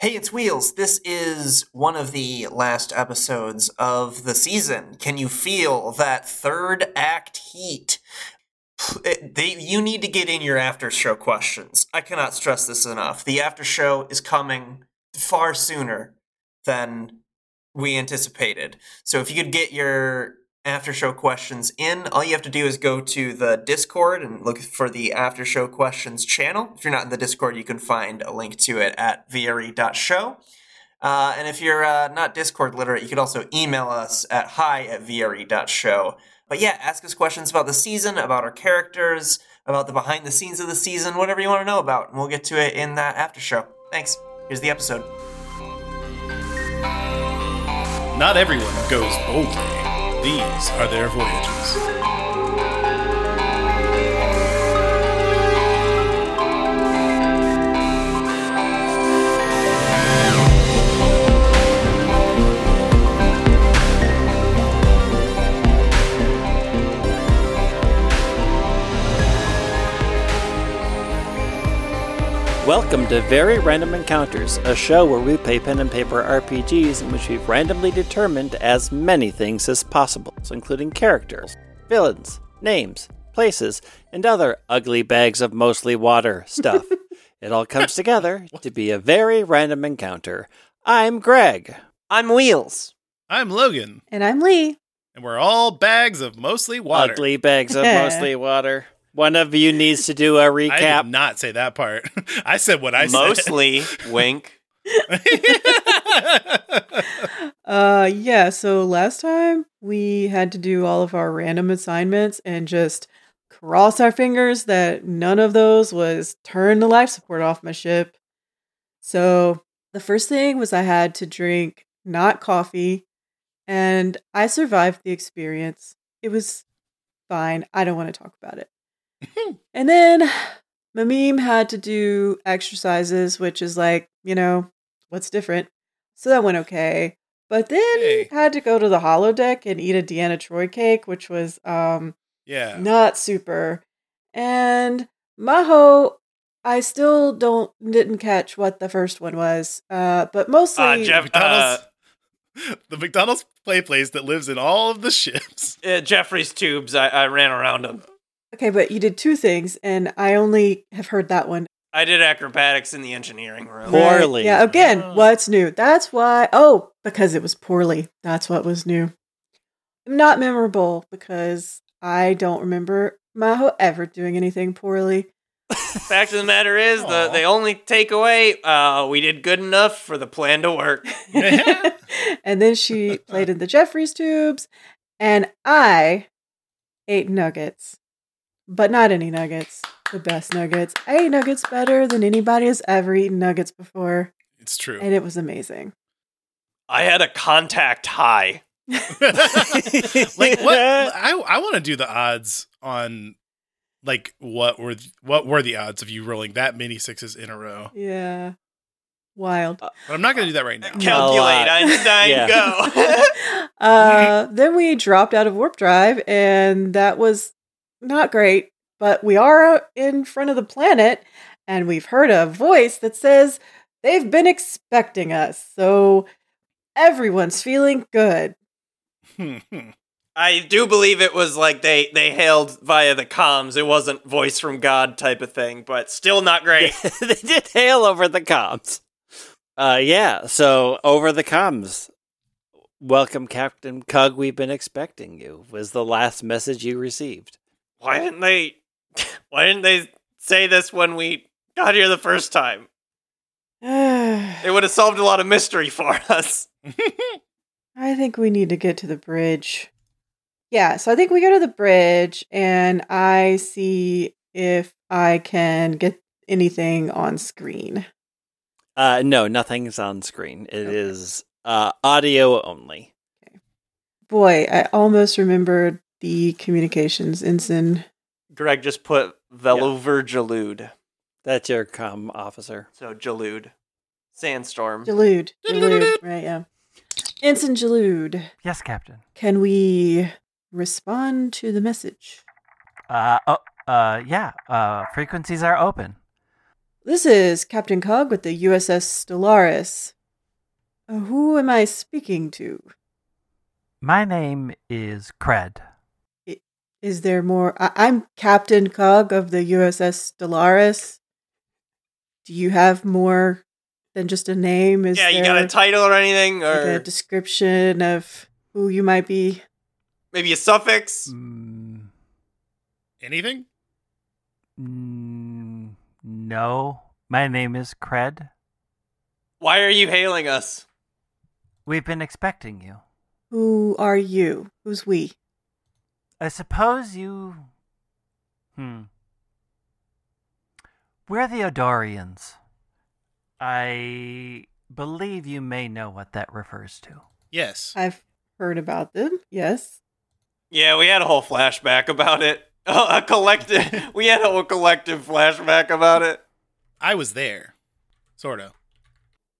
Hey, it's Wheels. This is one of the last episodes of the season. Can you feel that third act heat? P- it- they, you need to get in your after show questions. I cannot stress this enough. The after show is coming far sooner than we anticipated. So if you could get your after show questions in, all you have to do is go to the Discord and look for the after show questions channel. If you're not in the Discord, you can find a link to it at vieri.show. Uh, and if you're uh, not Discord literate, you could also email us at hi at vieri.show. But yeah, ask us questions about the season, about our characters, about the behind the scenes of the season, whatever you want to know about, and we'll get to it in that after show. Thanks. Here's the episode. Not everyone goes boldly. These are their voyages. Welcome to Very Random Encounters, a show where we play pen and paper RPGs in which we've randomly determined as many things as possible, including characters, villains, names, places, and other ugly bags of mostly water stuff. it all comes together to be a very random encounter. I'm Greg. I'm Wheels. I'm Logan, And I'm Lee. and we're all bags of mostly water. Ugly bags of mostly water. One of you needs to do a I recap. did not say that part. I said what I Mostly, wink. said. Uh yeah, so last time we had to do all of our random assignments and just cross our fingers that none of those was turn the life support off my ship. So the first thing was I had to drink not coffee and I survived the experience. It was fine. I don't want to talk about it. and then Mamim had to do exercises, which is like, you know, what's different. So that went okay. But then Hey. had to go to the holodeck and eat a Deanna Troy cake, which was um yeah. not super. And Maho, I still don't didn't catch what the first one was. Uh but mostly Uh, Jeff, uh, McDonald's, the McDonald's play place that lives in all of the ships. uh, Jeffrey's tubes. I, I ran around him. Okay, but you did two things and I only have heard that one. I did acrobatics in the engineering room. Right. Poorly. Yeah, again, Ah. what's new? That's why oh, because it was poorly. That's what was new. Not memorable because I don't remember Maho ever doing anything poorly. Fact of the matter is, the, Aw. the only takeaway, uh, we did good enough for the plan to work. Yeah. and then she played in the Jeffries tubes, and I ate nuggets, but not any nuggets. The best nuggets. I ate nuggets better than anybody has ever eaten nuggets before, It's true. and it was amazing. I had a contact high. like what? I I want to do the odds on like what were th- what were the odds of you rolling that many sixes in a row? Yeah, wild. But I'm not going to do that right now. Cal- Calculate, uh, Einstein, yeah. go. uh, then we dropped out of warp drive, and that was not great. But we are uh, in front of the planet, and we've heard a voice that says they've been expecting us. So everyone's feeling good. Hmm, I do believe it was like they, they hailed via the comms. It wasn't voice from God type of thing, but still not great. they did hail over the comms. Uh, yeah, so over the comms. Welcome, Captain Cug. We've been expecting you, was the last message you received. why didn't they? Why didn't they say this when we got here the first time? I It would have solved a lot of mystery for us. hmm. think we need to get to the bridge. Yeah, so I think we go to the bridge, and I see if I can get anything on screen. Uh, no, nothing's on screen. It Okay. is uh, audio only. Boy, I almost remembered the communications ensign. Greg just put Velover Jalude. That's your com officer. So Jalude. Sandstorm. Jalude. Jalude. Right, yeah. Ensign Jalude. Yes, Captain. Can we respond to the message? Uh, oh, uh, yeah. Uh, frequencies are open. This is Captain Cog with the USS Stellaris. Uh, who am I speaking to? My name is Cred. Is there more? I- I'm Captain Cog of the USS Stellaris. Do you have more than just a name? Is yeah, you there got a title or anything, like, or a description of who you might be? maybe a suffix? Mm, Anything? mm, no, my name is Cred. Why are you hailing us? We've been expecting you. Who are you? Who's we? I suppose you. Hmm. We're the Odorians. I believe you may know what that refers to. Yes. I've heard about them. Yes. Yeah, we had a whole flashback about it. Oh, a collective, we had a whole collective flashback about it. I was there. Sort of.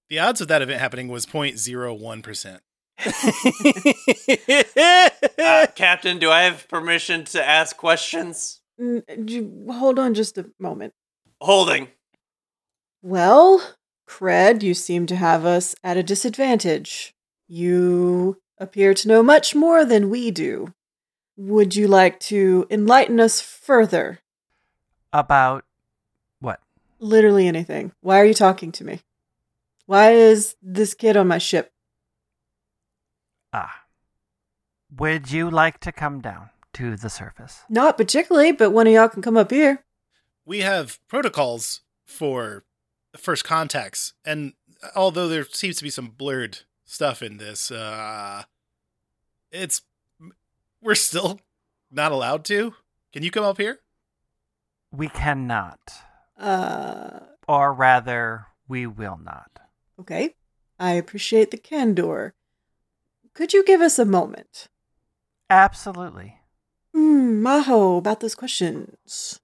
The odds of that event happening was 0.01%. Uh, Captain, do I have permission to ask questions? N- j- hold on just a moment. Holding. Well, Cred, you seem to have us at a disadvantage. You appear to know much more than we do. Would you like to enlighten us further? About what? Literally anything. Why are you talking to me? Why is this kid on my ship? Ah. Would you like to come down to the surface? Not particularly, but one of y'all can come up here. We have protocols for first contacts, and although there seems to be some blurred stuff in this, uh, it's we're still not allowed to. Can you come up here? We cannot. Uh, Or rather, we will not. okay. I appreciate the candor. Could you give us a moment? Absolutely. Hmm, Maho, about those questions.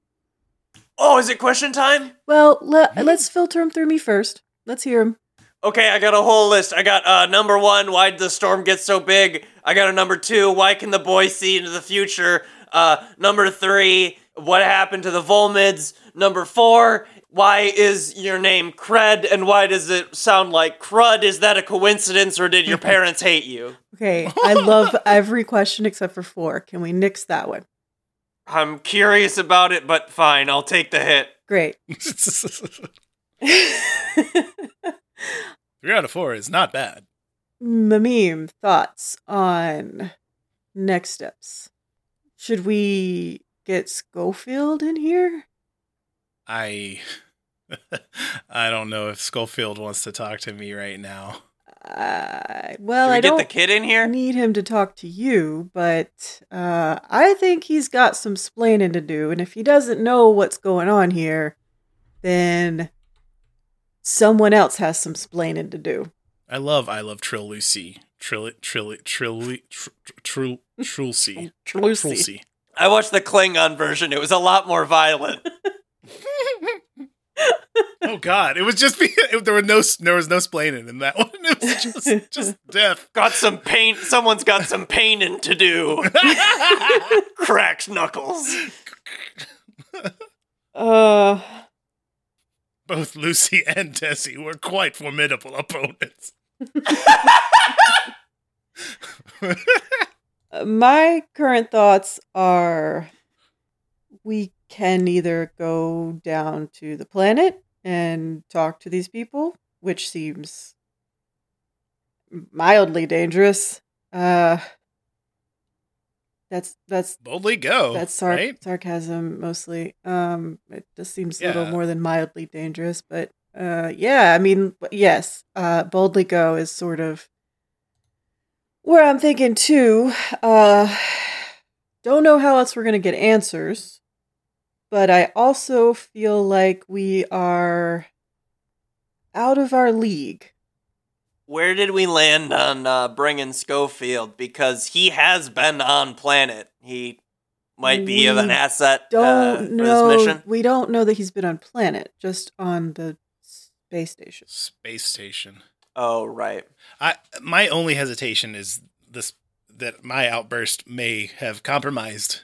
Oh, is it question time? Well, le- let's filter them through me first. Let's hear them. Okay, I got a whole list. I got uh, number one, why'd the storm get so big? I got a number two, why can the boy see into the future? Uh, number three, what happened to the Volmids? Number four, why is your name Cred and why does it sound like crud? Is that a coincidence or did your parents hate you? Okay, I love every question except for four. Can we nix that one? I'm curious about it, but fine, I'll take the hit. Great. Three out of four is not bad. Mamim, thoughts on next steps? Should we get Schofield in here? I I don't know if Schofield wants to talk to me right now. Uh, Should well, we I get don't the kid in here? need him to talk to you, but uh, I think he's got some splaining to do. And if he doesn't know what's going on here, then someone else has some splaining to do. I love I love Trill Lucy. Trill Trill Trill Trill Trulcy. Trulcy. I watched the Klingon version, it was a lot more violent. Oh God! It was just be, it, there were no there was no splaining in that one. It was just just death. Got some pain. Someone's got some painting to do. Cracked knuckles. Uh, Both Lucy and Tessie were quite formidable opponents. my current thoughts are we can either go down to the planet and talk to these people, which seems mildly dangerous. Uh, that's that's Boldly Oh, go. that's sar- right. sarcasm mostly. Um, it just seems a little Yeah. more than mildly dangerous, but uh, yeah, I mean, w- yes, uh, boldly go is sort of where I'm thinking too. Uh, don't know how else we're gonna get answers, but I also feel like we are out of our league. Where did we land on uh, bringing Schofield? Because he has been on planet. He might be of an We asset Don't uh, for this know. mission. We don't know that he's been on planet, just on the space station. Space station. Oh right. I my only hesitation is this that my outburst may have compromised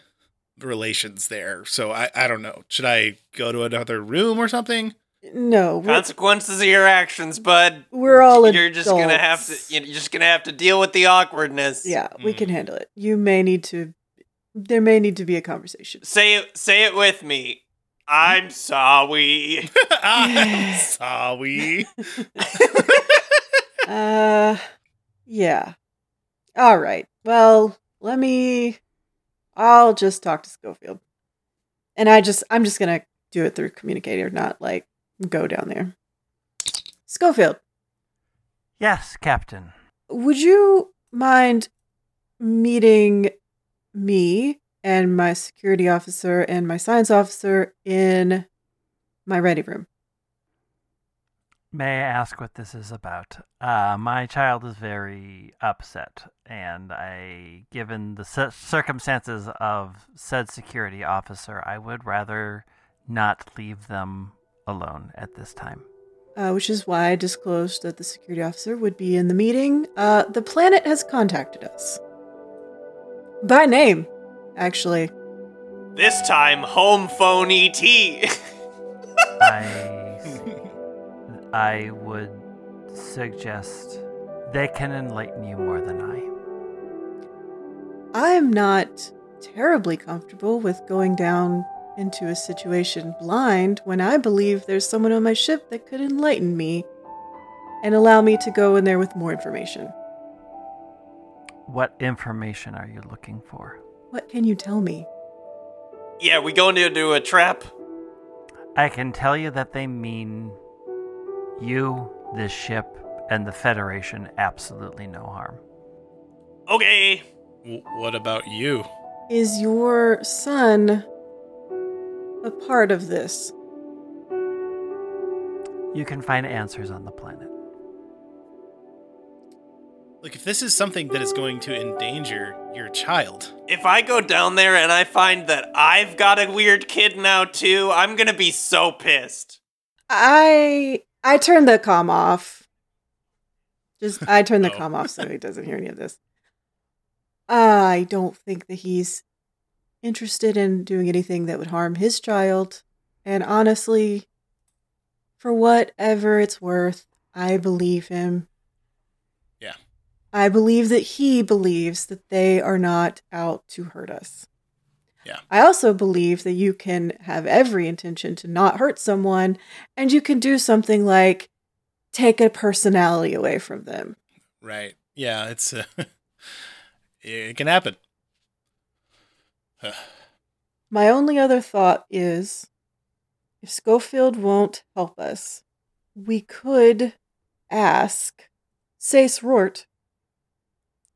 the relations there. So I I don't know. Should I go to another room or something? No, we're, Consequences of your actions, bud. we're all You're just gonna have adults. to. You're just gonna have to deal with the awkwardness. Yeah, we can Mm. handle it. You may need to. There may need to be a conversation. Say it. Say it with me. I'm sorry. I'm Ah, sorry. Uh, yeah. All right. Well, let me. I'll just talk to Schofield, and I just I'm just gonna do it through communicator, not like go down there. Schofield, Yes, Captain. would you mind meeting me and my security officer and my science officer in my ready room? May I ask what this is about? Uh, my child is very upset, and I, given the cir- circumstances of said security officer, I would rather not leave them alone at this time. uh, which is why I disclosed that the security officer would be in the meeting. Uh, the planet has contacted us. By name, actually. this time, home phone E ET. I, I would suggest they can enlighten you more than I. I am not terribly comfortable with going down into a situation blind when I believe there's someone on my ship that could enlighten me and allow me to go in there with more information. What information are you looking for? What can you tell me? yeah, we going to do a trap. I can tell you that they mean you, this ship, and the Federation absolutely no harm. Okay. W- what about you? Is your son a part of this? You can find answers on the planet. Look, if this is something that is going to endanger your child, If I go down there and I find that I've got a weird kid now too, I'm gonna be so pissed. I I turned the com off. Just I turned the Oh. com off so he doesn't hear any of this. I don't think that he's interested in doing anything that would harm his child. And honestly, for whatever it's worth, I believe him. Yeah. I believe that he believes that they are not out to hurt us. Yeah. I also believe that you can have every intention to not hurt someone and you can do something like take a personality away from them. right? Yeah, it's uh, it can happen. My only other thought is if Schofield won't help us, we could ask Sace Rort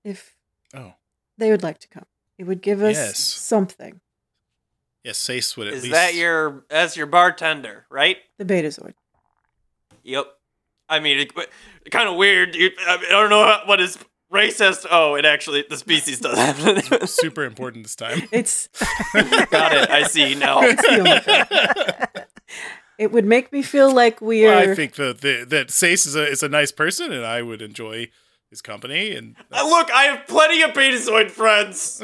if Oh, they would like to come. It would give us Yes. something. yes, Sace would at Is least. that your that's your bartender, right? The Betazoid. Yep. I mean, it, but kind of weird. You, I, mean, I don't know how- what is racist. Oh, it actually the species does have it. super important this time? It's Got it. I see now. it's the only thing. It would make me feel like we are. I think that that, that Sace is a is a nice person, and I would enjoy his company. And Uh, Look, I have plenty of Betazoid friends.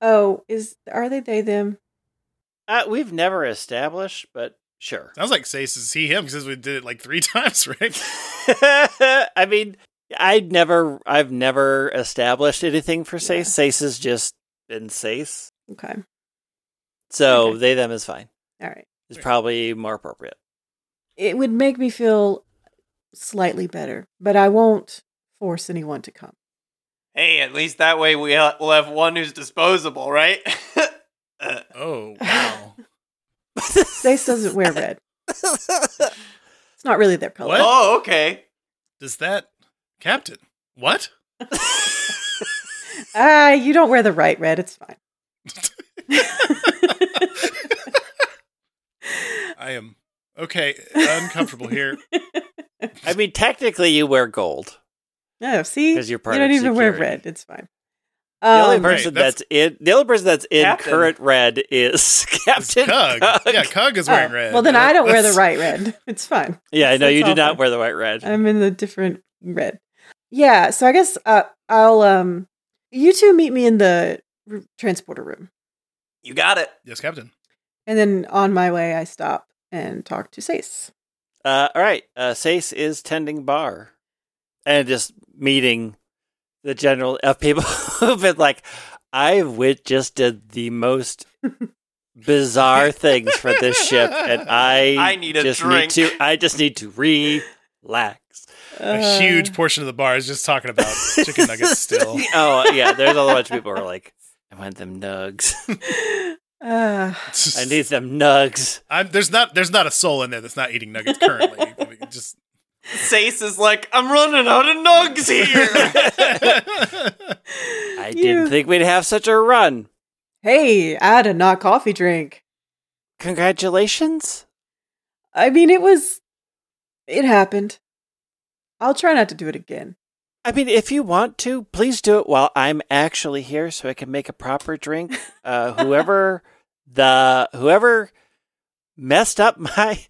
oh, is are they they them? Uh, we've never established, but sure. sounds like Sace is he him because we did it like three times, right? I mean, I never, I've never established anything for Sace. Sace has just been Sace, Okay, so Okay. they them is fine. all right. It's probably more appropriate. It would make me feel slightly better, but I won't force anyone to come. Hey, at least that way we ha- we'll have one who's disposable, right? Uh, Oh wow! Sace doesn't wear red. It's not really their color. What? oh, okay. Does that Captain? What? Ah, you don't wear the right red. It's fine. I am okay. Uncomfortable here. I mean, technically, you wear gold. No, see, 'Cause you're part you don't of even wear security. red. It's fine. The only Um, Right, person that's- that's, in the only person that's in Captain. current red is Captain Cug. Cug. Yeah, Cug is wearing oh, red. Well, then I don't wear the That's- right red. It's fine. Yeah, I know That's you do not awful. wear the white red. I'm in the different red. Yeah, so I guess uh, I'll um you two meet me in the r- transporter room. You got it. Yes, Captain. And then on my way, I stop and talk to Sace. Uh, all right. Uh, Sace is tending bar and just meeting the general of people who've been like, I wit just did the most bizarre things for this ship, and I I need a just drink. need to I just need to relax. Uh. a huge portion of the bar is just talking about Um, chicken nuggets still. oh yeah, there's a bunch of people who are like, I want them nugs. Uh, I need them nugs. I'm, there's not there's not a soul in there that's not eating nuggets currently. I mean, just Sace is like, I'm running out of nugs here. I You- didn't think we'd have such a run. Hey, I had a not coffee drink. Congratulations. I mean, it was. It happened. I'll try not to do it again. I mean, if you want to, please do it while I'm actually here, so I can make a proper drink. Uh, whoever the whoever messed up my,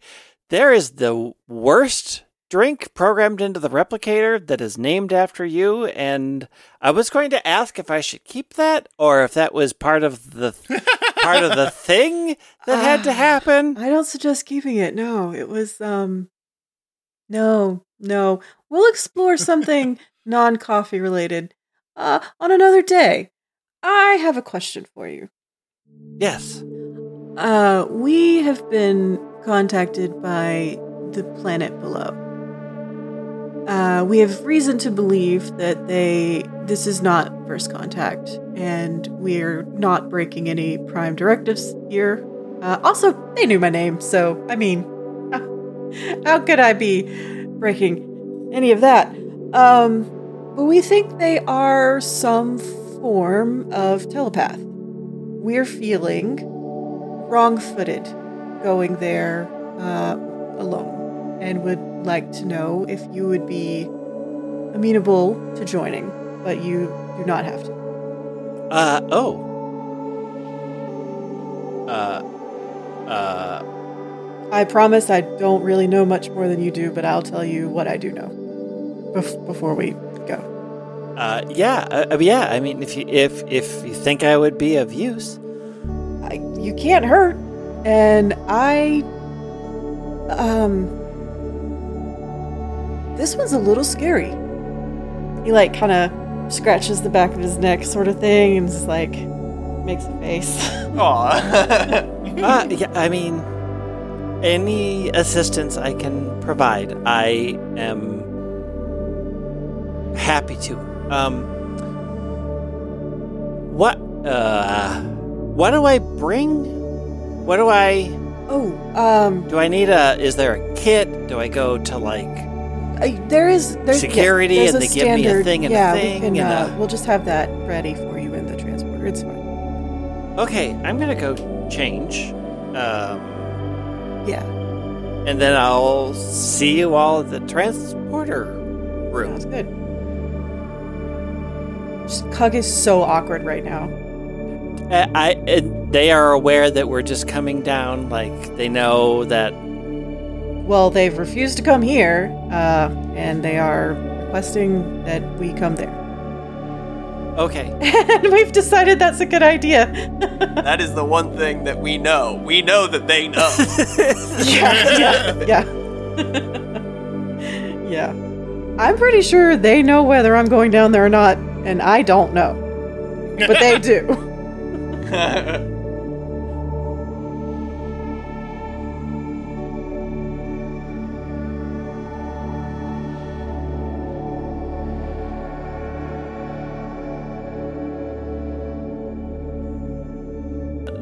there is the worst drink programmed into the replicator that is named after you. And I was going to ask if I should keep that or if that was part of the part of the thing that had to Ah. happen. I don't suggest keeping it. No, it was. um No, no. We'll explore something non coffee related uh, on another day. I have a question for you. Yes. Uh, we have been contacted by the planet below. Uh, we have reason to believe that they this is not first contact, and we're not breaking any prime directives here. Uh, also, they knew my name, so I mean, how could I be breaking any of that? Um, but we think they are some form of telepath. We're feeling wrong footed going there uh, alone and would like to know if you would be amenable to joining, but you do not have to. Uh oh. Uh. Uh. I promise I don't really know much more than you do, but I'll tell you what I do know bef- before we go. Uh, yeah, uh, uh, yeah. I mean, if you if if you think I would be of use, I, you can't hurt, and I. Um. This one's a little scary. He, like, kind of scratches the back of his neck, sort of thing, and just, like, makes a face. Aw. uh, yeah. I mean, any assistance I can provide, I am happy to. Um, what uh, what do I bring? What do I Oh, um, do? I need a? Is there a kit? Do I go to like? I, there is there's Security yes, and there's a they give me a standard- thing and a yeah, thing We can, and uh, a- We'll just have that ready for you in the transporter. It's fine. Okay, I'm gonna go change. Um. Yeah, And then I'll see you all at the transporter room. sounds good. Just, Cug is so awkward right now. I, Uh, I and they are aware that we're just coming down. Like they know that. Well, they've refused to come here, uh, and they are requesting that we come there. Okay, and we've decided that's a good idea. that is the one thing that we know. We know that they know. yeah, yeah, yeah. yeah. I'm pretty sure they know whether I'm going down there or not, and I don't know, but they do.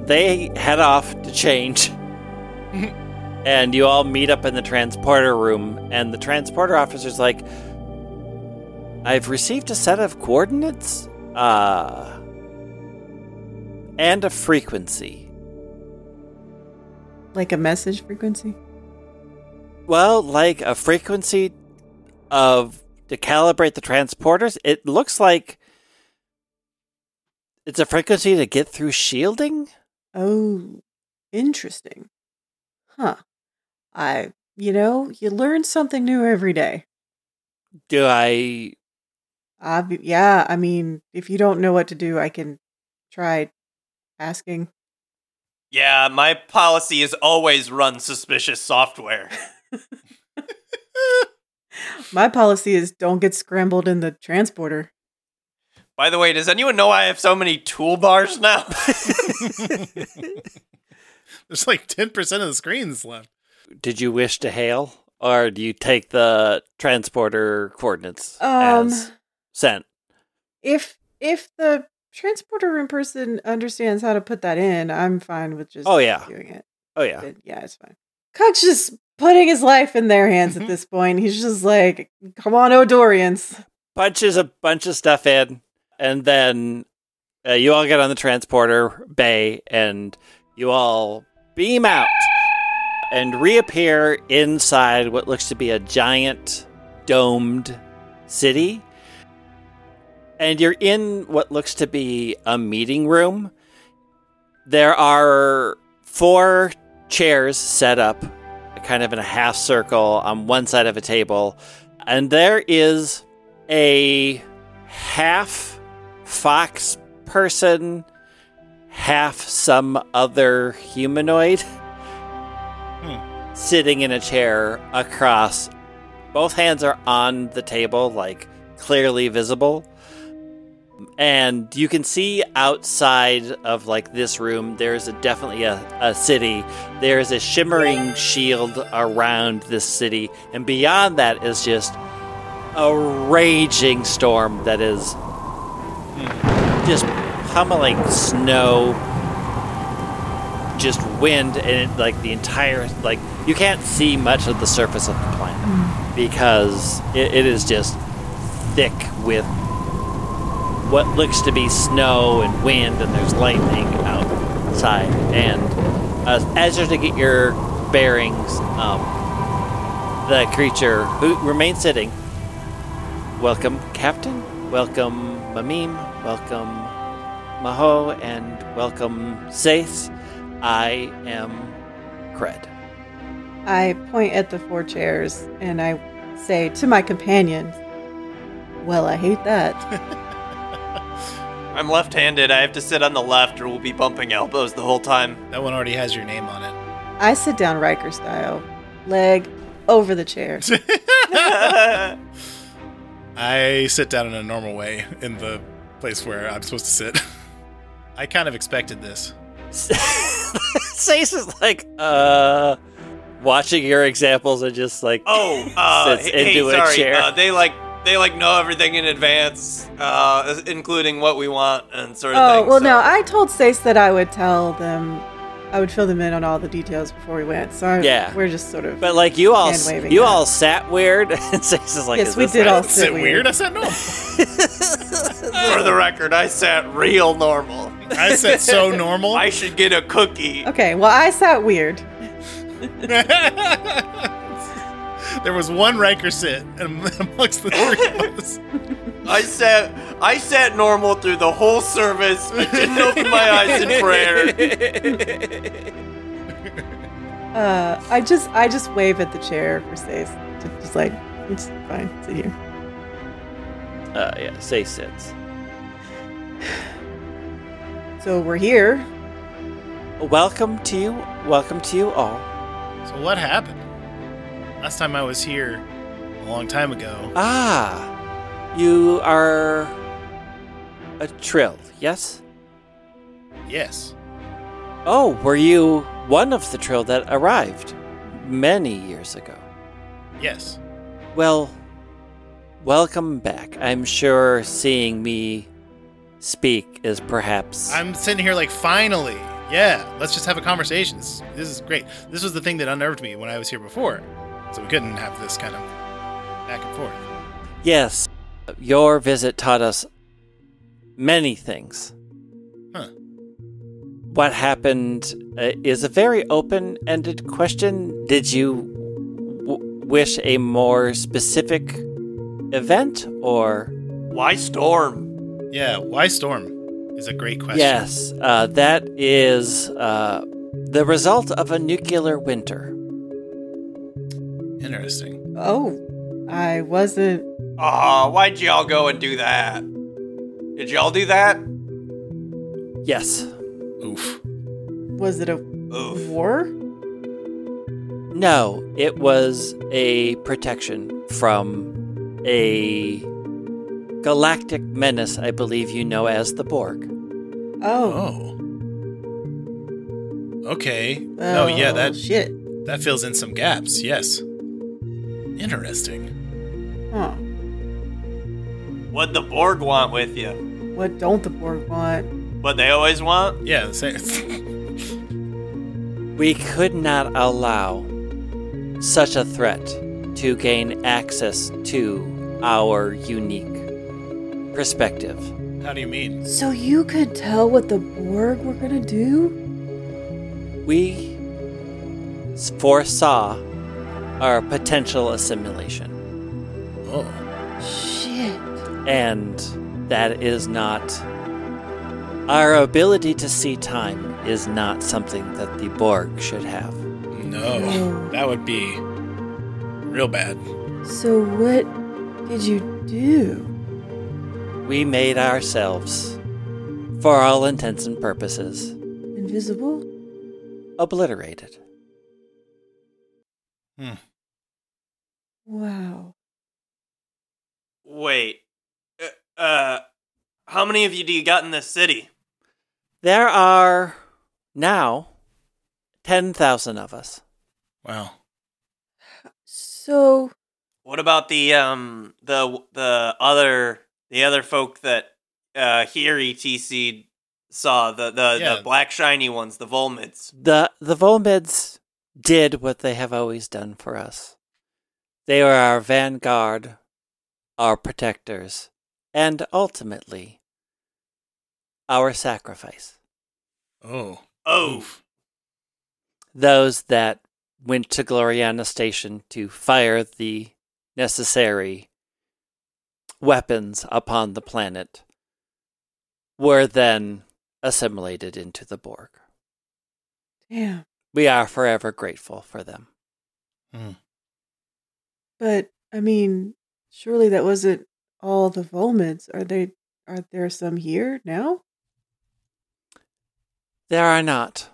they head off to change, and you all meet up in the transporter room. And the transporter officer's like, "I've received a set of coordinates, uh, and a frequency." Like a message frequency? Well, like a frequency of to calibrate the transporters, it looks like it's a frequency to get through shielding. Oh, interesting. Huh. I, you know, you learn something new every day. Do I? I, yeah, I mean, if you don't know what to do, I can try asking. Yeah, my policy is always run suspicious software. My policy is don't get scrambled in the transporter. By the way, does anyone know I have so many toolbars now? There's like 10% of the screens left. Did you wish to hail, or do you take the transporter coordinates Um, as sent? If if the transporter in person understands how to put that in, I'm fine with just Oh, yeah. doing it. Oh yeah, But yeah, it's fine. Cook's just putting his life in their hands Mm-hmm. Mhm. at this point. He's just like, come on, oh, Odorians. punches a bunch of stuff in, and then uh, you all get on the transporter bay, and you all beam out and reappear inside what looks to be a giant domed city. And you're in what looks to be a meeting room. There are four chairs set up, kind of in a half circle on one side of a table. And there is a half fox person, half some other humanoid sitting in a chair across. Both hands are on the table, like clearly visible. And you can see outside of like this room, there's a, definitely a, a city. There is a shimmering shield around this city. And beyond that is just a raging storm that is just pummeling snow just wind and it, like the entire like you can't see much of the surface of the planet because it, it is just thick with what looks to be snow and wind and there's lightning outside and uh, as you're to get your bearings um, the creature who remains sitting welcome captain welcome mamim welcome maho and welcome saith I am Cred. I point at the four chairs and I say to my companions, Well, I hate that. I'm left handed. I have to sit on the left or we'll be bumping elbows the whole time. That one already has your name on it. I sit down Riker style, leg over the chair. I sit down in a normal way in the place where I'm supposed to sit. I kind of expected this. Sace is like, uh, watching your examples and just like, Oh, uh, Sits hey, into a sorry. chair. Uh, they like they like know everything in advance, uh, including what we want and sort of Oh, thing. well, so- no, I told Sace that I would tell them, I would fill them in on all the details before we went. So I, Yeah. we're just sort of. but like you all, Hand waving you now. all sat weird, and Sace is like, Yes, is we this did how- all Is it sit weird? weird. I said normal. For the record, I sat real normal. I said so normal. I should get a cookie. Okay, well, I sat weird. there was one Riker sit am- amongst the three of us. I sat I sat normal through the whole service. I didn't open my eyes in prayer. Uh, I just I just wave at the chair for Sace. Just, just like, it's fine, sit here. Uh, yeah, Sace sits. So we're here. Welcome to you, welcome to you all. So what happened? Last time I was here, a long time ago. Ah, you are a trill, yes? Yes. Oh, were you one of the trill that arrived many years ago? Yes. Well, welcome back. I'm sure seeing me speak is perhaps. I'm sitting here like finally. Yeah, let's just have a conversation. This, this is great. This was the thing that unnerved me when I was here before. So we couldn't have this kind of back and forth. Yes, your visit taught us many things. Huh. What happened uh, is a very open ended question. Did you w- wish a more specific event or. Why storm? Yeah, why storm is a great question. Yes, uh, that is uh, the result of a nuclear winter. Interesting. Oh, I wasn't. Aw, Ah, why'd y'all go and do that? Did y'all do that? Yes. Oof. Was it a Oof. war? No, it was a protection from a galactic menace I believe you know as the Borg. Oh. Oh. Okay. Oh, yeah, that shit. that fills in some gaps. Yes. Interesting. Huh. What the Borg want with you? What don't the Borg want? What they always want? Yeah. the same- We could not allow such a threat to gain access to our unique perspective. How do you mean? So you could tell what the Borg were gonna do? We foresaw our potential assimilation. Oh. Shit. And that is not. Our ability to see time is not something that the Borg should have. No. That would be real bad. So what did you do? We made ourselves, for all intents and purposes, Invisible? obliterated. Hmm. Wow. Wait. Uh, Uh, how many of you do you got in this city? There are now 10,000 of us. Wow. So What about the um the the other the other folk that uh here ETC saw the the, Yeah. the black shiny ones, the Volmids? The, the Volmids did what they have always done for us. They were our vanguard, our protectors, and ultimately, our sacrifice. Oh. Oh, those that went to Gloriana Station to fire the necessary weapons upon the planet were then assimilated into the Borg. damn. We are forever grateful for them. But I mean, surely that wasn't all the Volmids. Are they are there some here now? There are not.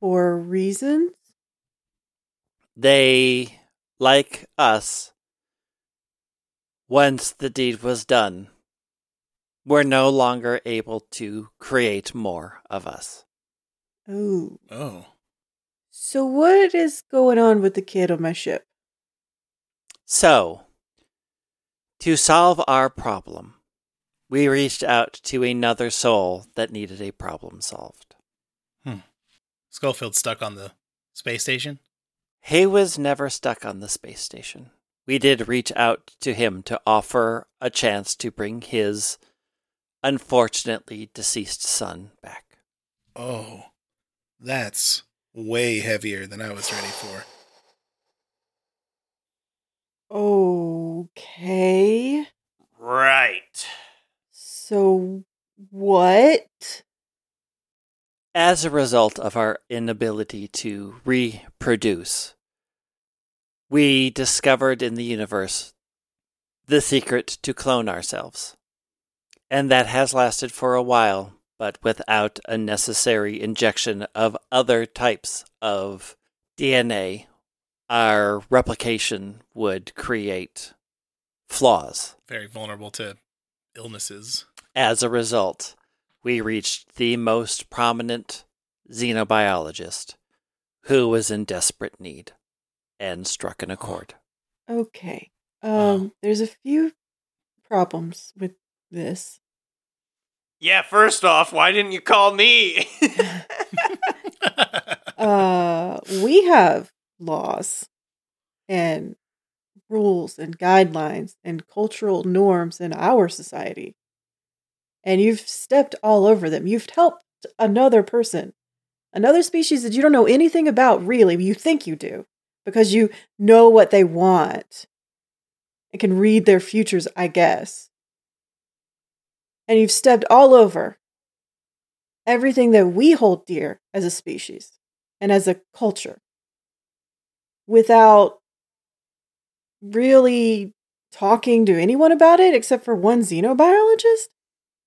For reasons? They, like us, once the deed was done, were no longer able to create more of us. Oh. Oh. So what is going on with the kid on my ship? So, to solve our problem, we reached out to another soul that needed a problem solved. Schofield stuck on the space station. He was never stuck on the space station. We did reach out to him to offer a chance to bring his unfortunately deceased son back. Oh. That's way heavier than I was ready for. Okay. right. So what? As a result of our inability to reproduce, we discovered in the universe the secret to clone ourselves. And that has lasted for a while, but without a necessary injection of other types of DNA, our replication would create flaws. Very vulnerable to illnesses. As a result, we reached the most prominent xenobiologist who was in desperate need and struck an accord. Okay. Um Wow. there's a few problems with this. Yeah, first off, why didn't you call me? Uh we have laws and rules and guidelines and cultural norms in our society. And you've stepped all over them. You've helped another person, another species that you don't know anything about really. You think you do because you know what they want and can read their futures, I guess. And you've stepped all over everything that we hold dear as a species and as a culture without really talking to anyone about it except for one xenobiologist,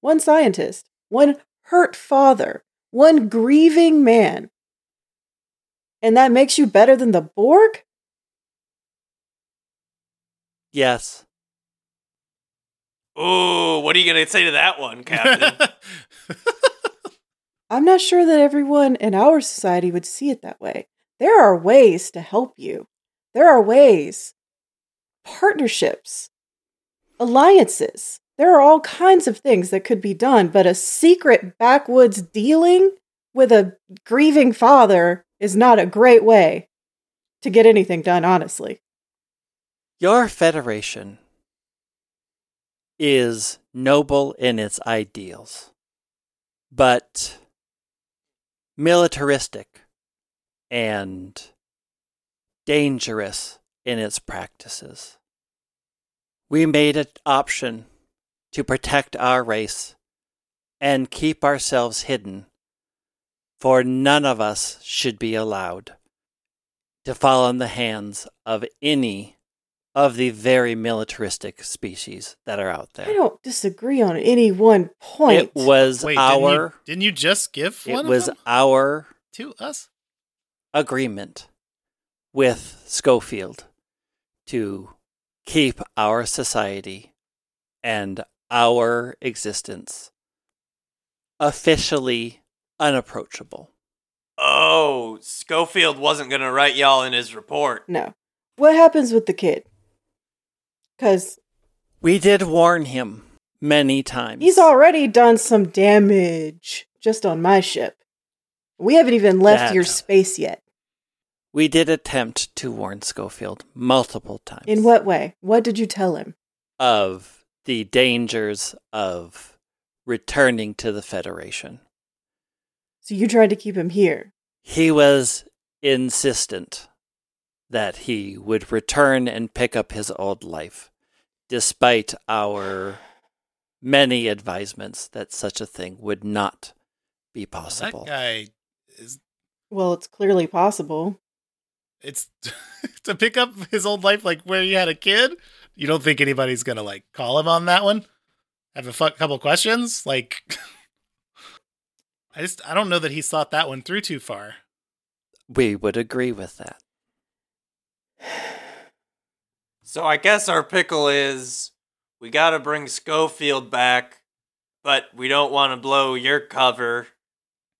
one scientist, one hurt father, one grieving man. And that makes you better than the Borg? Yes. Ooh, what are you gonna say to that one, Captain? I'm not sure that everyone in our society would see it that way. There are ways to help you, there are ways, partnerships, alliances. There are all kinds of things that could be done, but a secret backwoods dealing with a grieving father is not a great way to get anything done, honestly. Your federation is noble in its ideals, but militaristic and dangerous in its practices. We made an option to protect our race and keep ourselves hidden, for none of us should be allowed to fall in the hands of any of the very militaristic species that are out I there. don't disagree on any one point. It was Wait, our didn't you, didn't you just give one it of was them our to us? agreement with Schofield to keep our society and our existence officially unapproachable. oh, Schofield wasn't gonna write y'all in his report. No. What happens with the kid? Because We did warn him many times. he's already done some damage just on my ship. We haven't even left That- your space yet. We did attempt to warn Schofield multiple times. In what way? What did you tell him? of the dangers of returning to the Federation. So you tried to keep him here. he was insistent that he would return and pick up his old life, despite our many advisements that such a thing would not be possible. That guy is Well, it's clearly possible. it's to pick up his old life like where he had a kid you don't think anybody's gonna like call him on that one have a fu- couple questions like i just i don't know that he's thought that one through too far we would agree with that. So I guess our pickle is we gotta bring Schofield back, but we don't wanna blow your cover.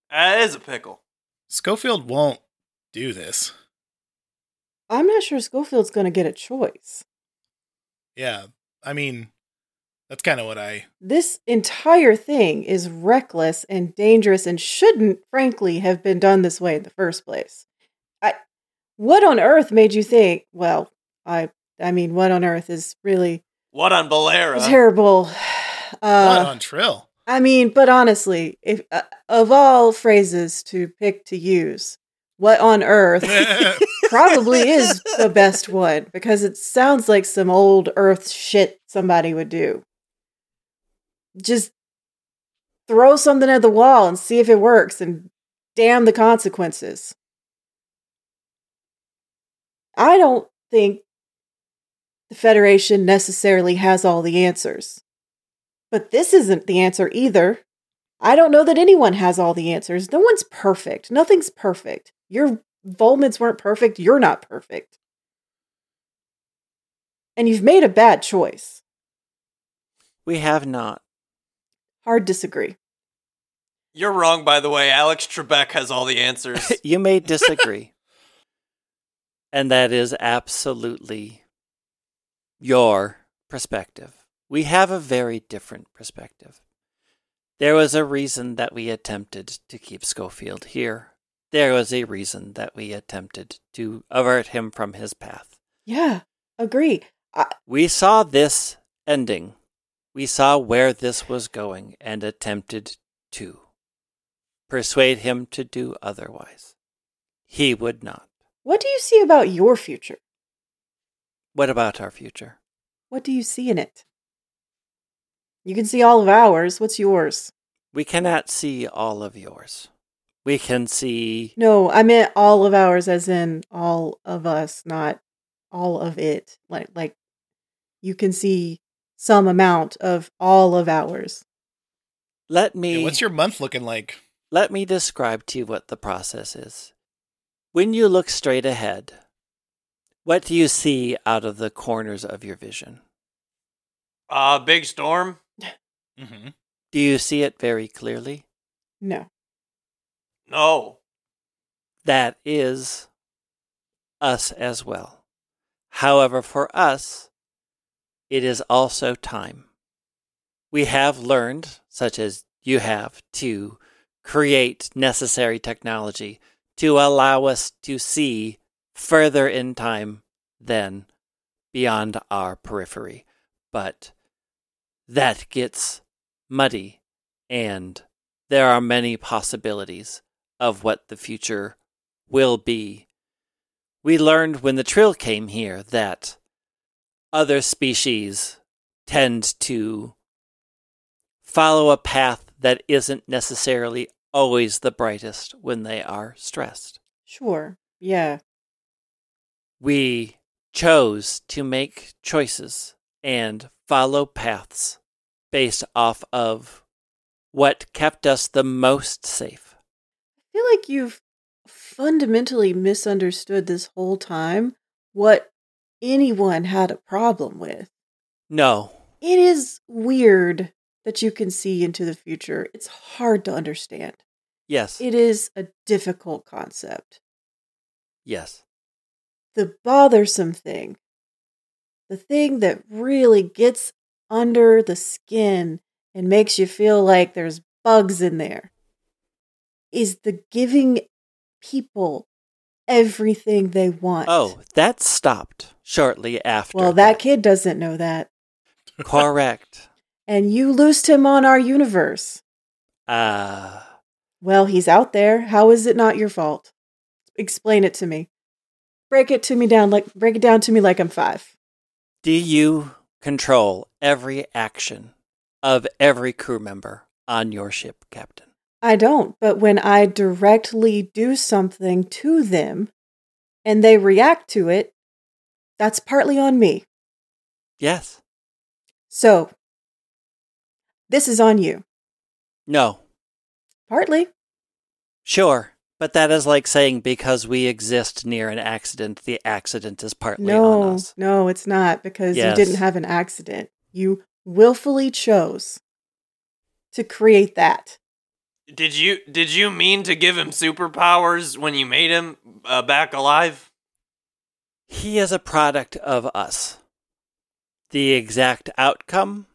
That is a pickle. schofield won't do this I'm not sure Schofield's going to get a choice. yeah i mean that's kind of what i This entire thing is reckless and dangerous and shouldn't, frankly, have been done this way in the first place. I, what on earth made you think? Well, I, I mean, what on earth is really What on Bolera? terrible. what Uh, on trill I mean, but honestly, if uh, of all phrases to pick to use, what on earth probably is the best one because it sounds like some old earth shit somebody would do. Just throw something at the wall and see if it works and damn the consequences. I don't think the Federation necessarily has all the answers. But this isn't the answer either. I don't know that anyone has all the answers. No one's perfect. Nothing's perfect. Your Volmids weren't perfect. You're not perfect. And you've made a bad choice. We have not. Hard disagree. You're wrong, by the way. Alex Trebek has all the answers. you may disagree. and that is absolutely your perspective. We have a very different perspective. There was a reason that we attempted to keep Schofield here. There was a reason that we attempted to avert him from his path. Yeah, agree. Uh, I, We saw this ending. We saw where this was going and attempted to persuade him to do otherwise. He would not. what do you see about your future? What about our future? What do you see in it? You can see all of ours. What's yours? We cannot see all of yours. We can see No, I meant all of ours, as in all of us, not all of it. Like, like you can see some amount of all of ours. let Yeah, me what's your month looking like Let me describe to you what the process is. When you look straight ahead, what do you see out of the corners of your vision? Uh, big storm. Mm-hmm. Do you see it very clearly? No. No. That is us as well. However, for us, it is also time. We have learned, such as you have, to create necessary technology to allow us to see further in time than beyond our periphery. But that gets muddy, and there are many possibilities of what the future will be. We learned when the Trill came here that other species tend to follow a path that isn't necessarily always the brightest when they are stressed. Sure. Yeah. We chose to make choices and follow paths based off of what kept us the most safe. I feel like you've fundamentally misunderstood this whole time what anyone had a problem with. No, It is weird that you can see into the future. It's hard to understand. yes, It is a difficult concept. yes. the bothersome thing, the thing that really gets under the skin and makes you feel like there's bugs in there, is the giving people everything they want. Oh, that stopped shortly after. well, that kid doesn't know that. Correct. And you loosed him on our universe. Uh, Well, he's out there. How is it not your fault? Explain it to me. Break it to me down like break it down to me like I'm five. do you control every action of every crew member on your ship, Captain? I don't, but when I directly do something to them and they react to it, that's partly on me. Yes. So, this is on you. No. Partly. Sure. But that is like saying because we exist near an accident, the accident is partly on No, us. no, it's not because Yes. you didn't have an accident. You willfully chose to create that. Did you did you mean to give him superpowers when you made him uh, back alive? He is a product of us. The exact outcome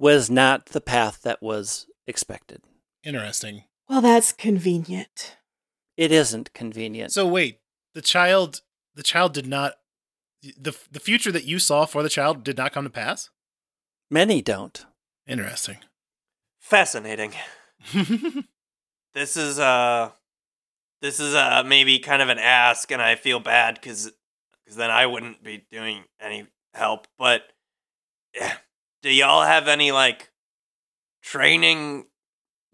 was not the path that was expected. Interesting. Well, that's convenient. It isn't convenient. So wait, the child, the child did not, the the future that you saw for the child did not come to pass. Many don't. Interesting. Fascinating. This is uh this is uh maybe kind of an ask and I feel bad cuz cuz then I wouldn't be doing any help, but eh, do y'all have any like training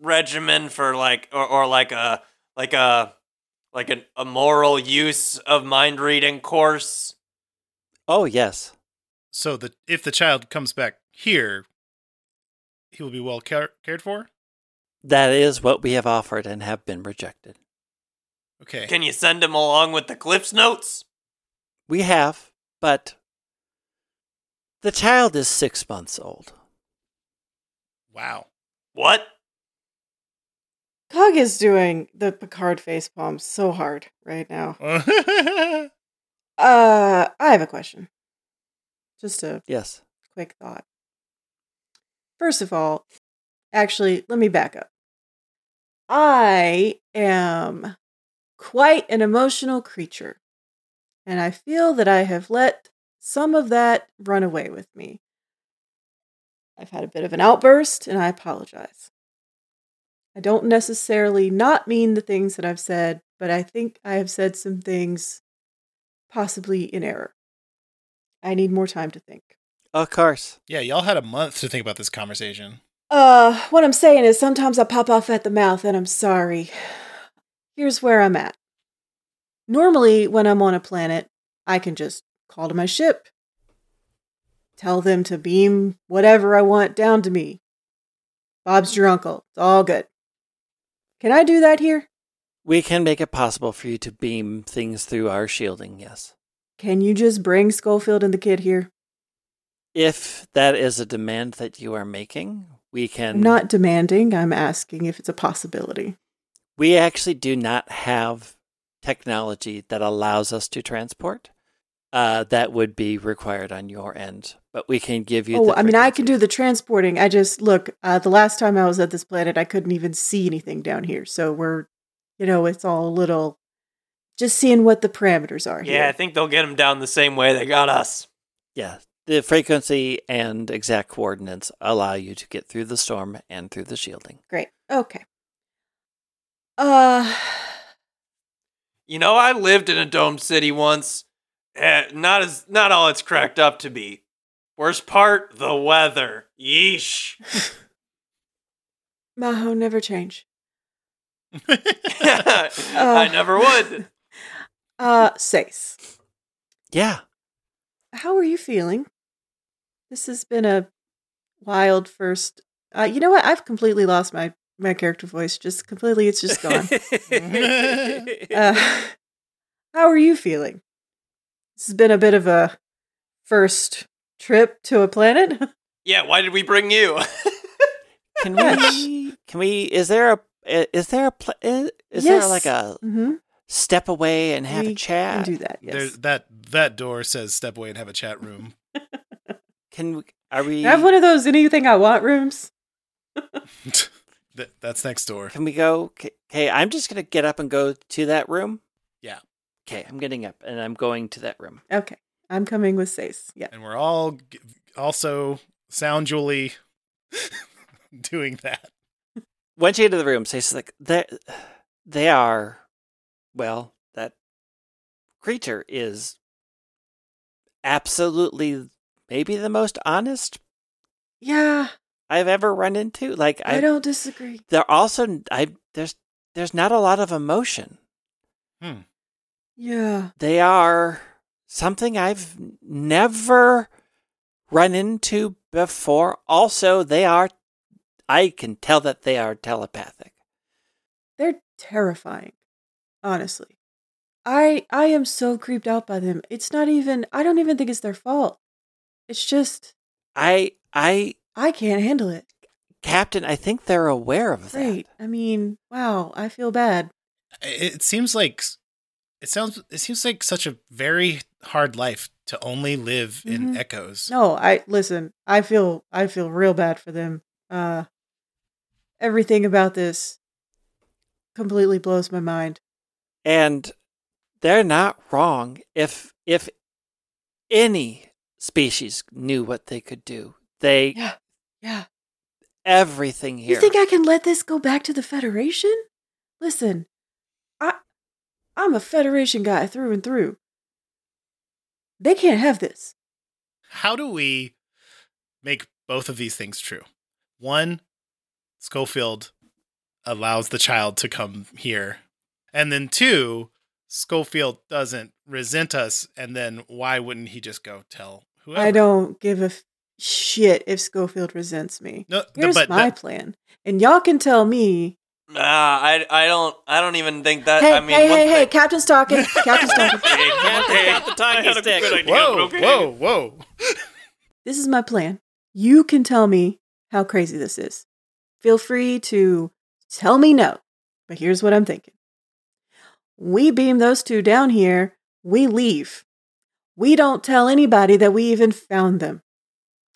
regimen for like or, or like a like a like an, a moral use of mind reading course? Oh, yes. so the if the child comes back here, he will be well care, cared for. That is what we have offered and have been rejected. Okay. Can you send him along with the Cliffs notes? We have, but the child is six months old. wow. What? Cog is doing the Picard face palm so hard right now. Uh, I have a question. Just a Yes. quick thought. First of all, actually, let me back up. I am quite an emotional creature, and I feel that I have let some of that run away with me. I've had a bit of an outburst, and I apologize. I don't necessarily not mean the things that I've said, but I think I have said some things possibly in error. I need more time to think. Of course. yeah, y'all had a month to think about this conversation. Uh, what I'm saying is sometimes I pop off at the mouth and I'm sorry. Here's where I'm at. Normally, when I'm on a planet, I can just call to my ship, tell them to beam whatever I want down to me. Bob's your uncle. It's all good. Can I do that here? We can make it possible for you to beam things through our shielding, yes. Can you just bring Schofield and the kid here? If that is a demand that you are making, we can I'm not demanding, I'm asking if it's a possibility. we actually do not have technology that allows us to transport. Uh, that would be required on your end, but we can give you. Oh, the I mean, I can do frequencies. the transporting. I just look. Uh, the last time I was at this planet, I couldn't even see anything down here. So we're, you know, it's all a little, just seeing what the parameters are. Yeah, I here. think they'll get him down the same way they got us. Yeah, the frequency and exact coordinates allow you to get through the storm and through the shielding. great. Okay. Uh, You know, I lived in a domed city once. Eh, not as not all it's cracked up to be. Worst part, the weather. Yeesh. Maho never change. Oh. I never would. Uh, Sace, Yeah, how are you feeling? This has been a wild first. Uh, you know what? I've completely lost my my character voice. Just completely, it's just gone. uh, how are you feeling? This has been a bit of a first trip to a planet. yeah, why did we bring you? can Yeah. we? Can we? Is there a? Is there a? Pl- is Yes. there like a mm-hmm. step away and have We a can chat? And do that. There, Yes. that that door says step away and have a chat room. Can we? Are we? Can I have one of those anything I want rooms. Th- that's next door. Can we go? Okay, I'm just gonna get up and go to that room. Yeah. Okay, I'm getting up and I'm going to that room. Okay, I'm coming with Sace. Yeah. and we're all g- also soundly doing that. Once you get to the room, Sace is like, "They, they are, well, that creature is absolutely maybe the most honest Yeah, I've ever run into. Like, I, I, don't disagree. they're also, I there's there's not a lot of emotion. Yeah. They are something I've never run into before. Also, they are, I can tell that they are telepathic. They're terrifying, honestly. I I am so creeped out by them. It's not even I don't even think it's their fault. It's just I, I, I can't handle it. Captain, I think they're aware of that. Great. I mean, wow, I feel bad. It it seems like it sounds. It seems like such a very hard life to only live in Mhm. echoes. No, I listen. I feel I feel real bad for them. Uh everything about this completely blows my mind. And they're not wrong. If, if any species knew what they could do, they, Yeah. Yeah. everything here. You think I can let this go back to the Federation? Listen, I I'm a Federation guy through and through. They can't have this. How do we make both of these things true? One, Schofield allows the child to come here, and then two, Schofield doesn't resent us. And then why wouldn't he just go tell whoever? I don't give a f- shit if Schofield resents me. No, the- Here's but my that- plan. And y'all can tell me. Nah, I, I don't I don't even think that hey, I mean hey, one hey, hey, thing- Captain's talking. Captain's talking. whoa, whoa, whoa. This is my plan. You can tell me how crazy this is. Feel free to tell me no, but here's what I'm thinking. We beam those two down here, we leave. We don't tell anybody that we even found them.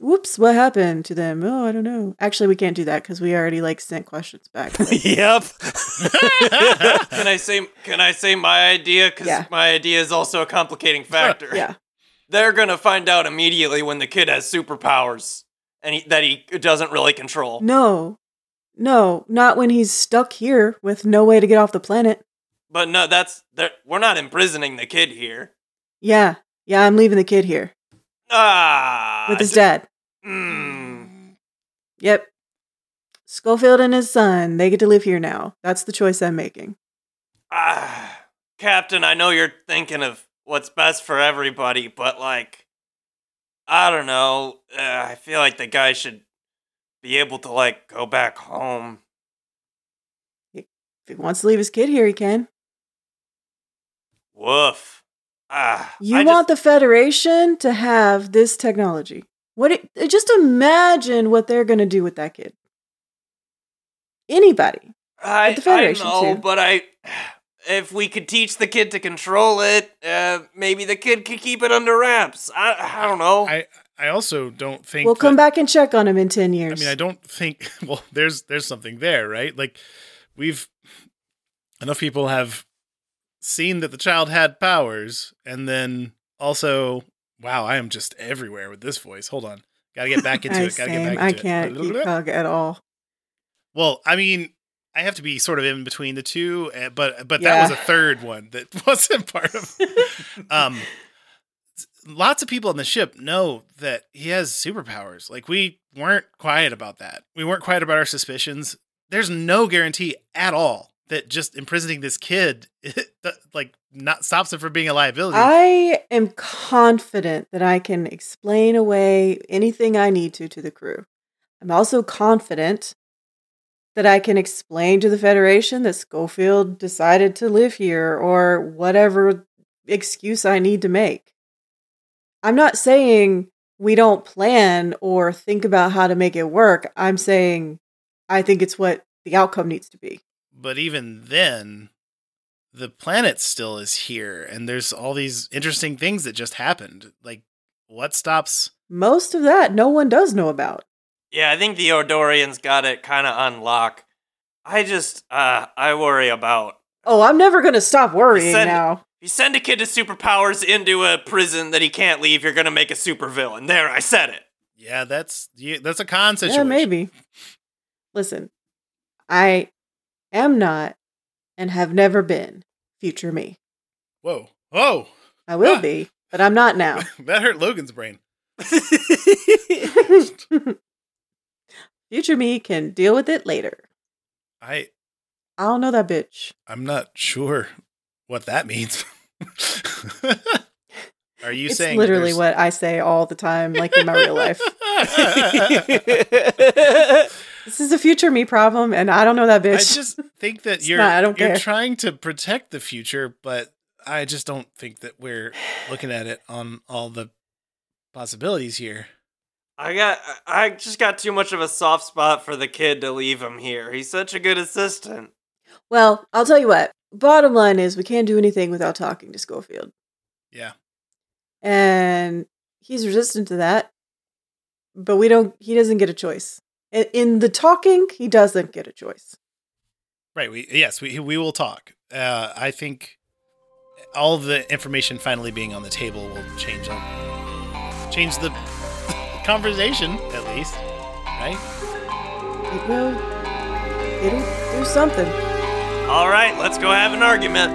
Whoops, what happened to them? Oh, I don't know. Actually, we can't do that because we already like sent questions back. yep. Can I say can I say my idea? Because Yeah. my idea is also a complicating factor. yeah. They're gonna find out immediately when the kid has superpowers and he, that he doesn't really control. No. No, not when he's stuck here with no way to get off the planet. But no, that's they're- we're not imprisoning the kid here. Yeah. Yeah, I'm leaving the kid here Ah, with his dad. Mm. Yep. Schofield and his son, they get to live here now. That's the choice I'm making. Ah, Captain, I know you're thinking of what's best for everybody, but like, I don't know. Uh, I feel like the guy should be able to like go back home. If he wants to leave his kid here, he can. Woof. Ah, You I want just, the Federation to have this technology. What? It, uh, just imagine what they're gonna do with that kid. Anybody? I, with the Federation, I know, too. but I. If we could teach the kid to control it, uh, maybe the kid could keep it under wraps. I, I don't know. I I also don't think We'll that- come back and check on him in ten I years. mean, I don't think. Well, there's there's something there, right? Like we've enough people have seen that the child had powers, and then also, wow, I am just everywhere with this voice. Hold on, gotta get back into I it. Gotta get same. back I into can't it. keep Cog at all. Well, I mean, I have to be sort of in between the two, uh, but but that Yeah. was a third one that wasn't part of. um, lots of people on the ship know that he has superpowers. Like we weren't quiet about that. We weren't quiet about our suspicions. There's no guarantee at all that just imprisoning this kid, like, not stops him from being a liability. I am confident that I can explain away anything I need to to the crew. I'm also confident that I can explain to the Federation that Schofield decided to live here or whatever excuse I need to make. I'm not saying we don't plan or think about how to make it work. I'm saying I think it's what the outcome needs to be. but even then the planet still is here and there's all these interesting things that just happened like what stops Most of that no one does know about. Yeah, I think the Ordorians got it kind of on lock. I just, uh, I worry about. Oh, I'm never going to stop worrying Send- now. If you send a kid to superpowers into a prison that he can't leave, you're gonna make a supervillain. There, I said it. yeah that's yeah, that's a con situation Yeah, maybe. Listen, I am not and have never been future me. whoa whoa I will Ah. be, but I'm not now. that hurt logan's brain future me can deal with it later. i I don't know that bitch. i'm not sure what that means are you it's saying literally what I say all the time, like in my real life. i This is a future me problem, and I don't know that bitch. just think that It's you're not, I don't you're care. trying to protect the future but i just don't think that we're looking at it on all the possibilities here I got, I just got too much of a soft spot for the kid to leave him here. He's such a good assistant. Well, I'll tell you what. Bottom line is, we can't do anything without talking to Schofield. Yeah. And he's resistant to that. But we don't, he doesn't get a choice. I- In the talking, he doesn't get a choice. Right. We yes, we we will talk. Uh, I think all the information finally being on the table will change up, change the conversation at least, right? It will, it'll do something. All right, let's go have an argument.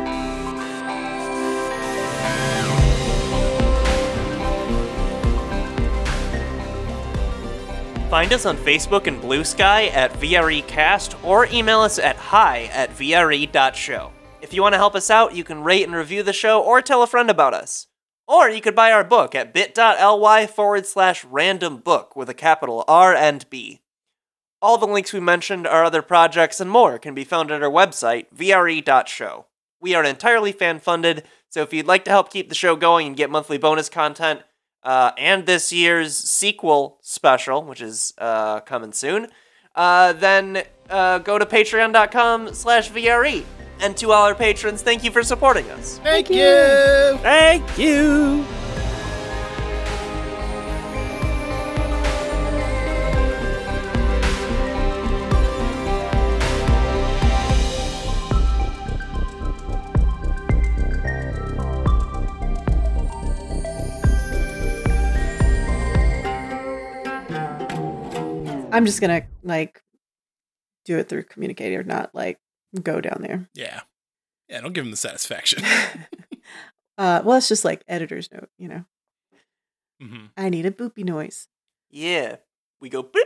Find us on Facebook and Blue Sky at VREcast or email us at hi at VRE.show. If you want to help us out, you can rate and review the show or tell a friend about us. Or you could buy our book at bit.ly forward slash random book with a capital R and B. All the links we mentioned, our other projects, and more can be found at our website, vre.show. We are entirely fan funded, so if you'd like to help keep the show going and get monthly bonus content, uh, and this year's sequel special, which is uh, coming soon, uh, then uh, go to patreon.com slash VRE. And to all our patrons, thank you for supporting us. Thank you. Thank you. I'm just going to like do it through communicator, not like go down there. Yeah. Yeah. Don't give him the satisfaction. Uh, well, it's just like editor's note, you know. hmm I need a boopy noise. Yeah, we go boop.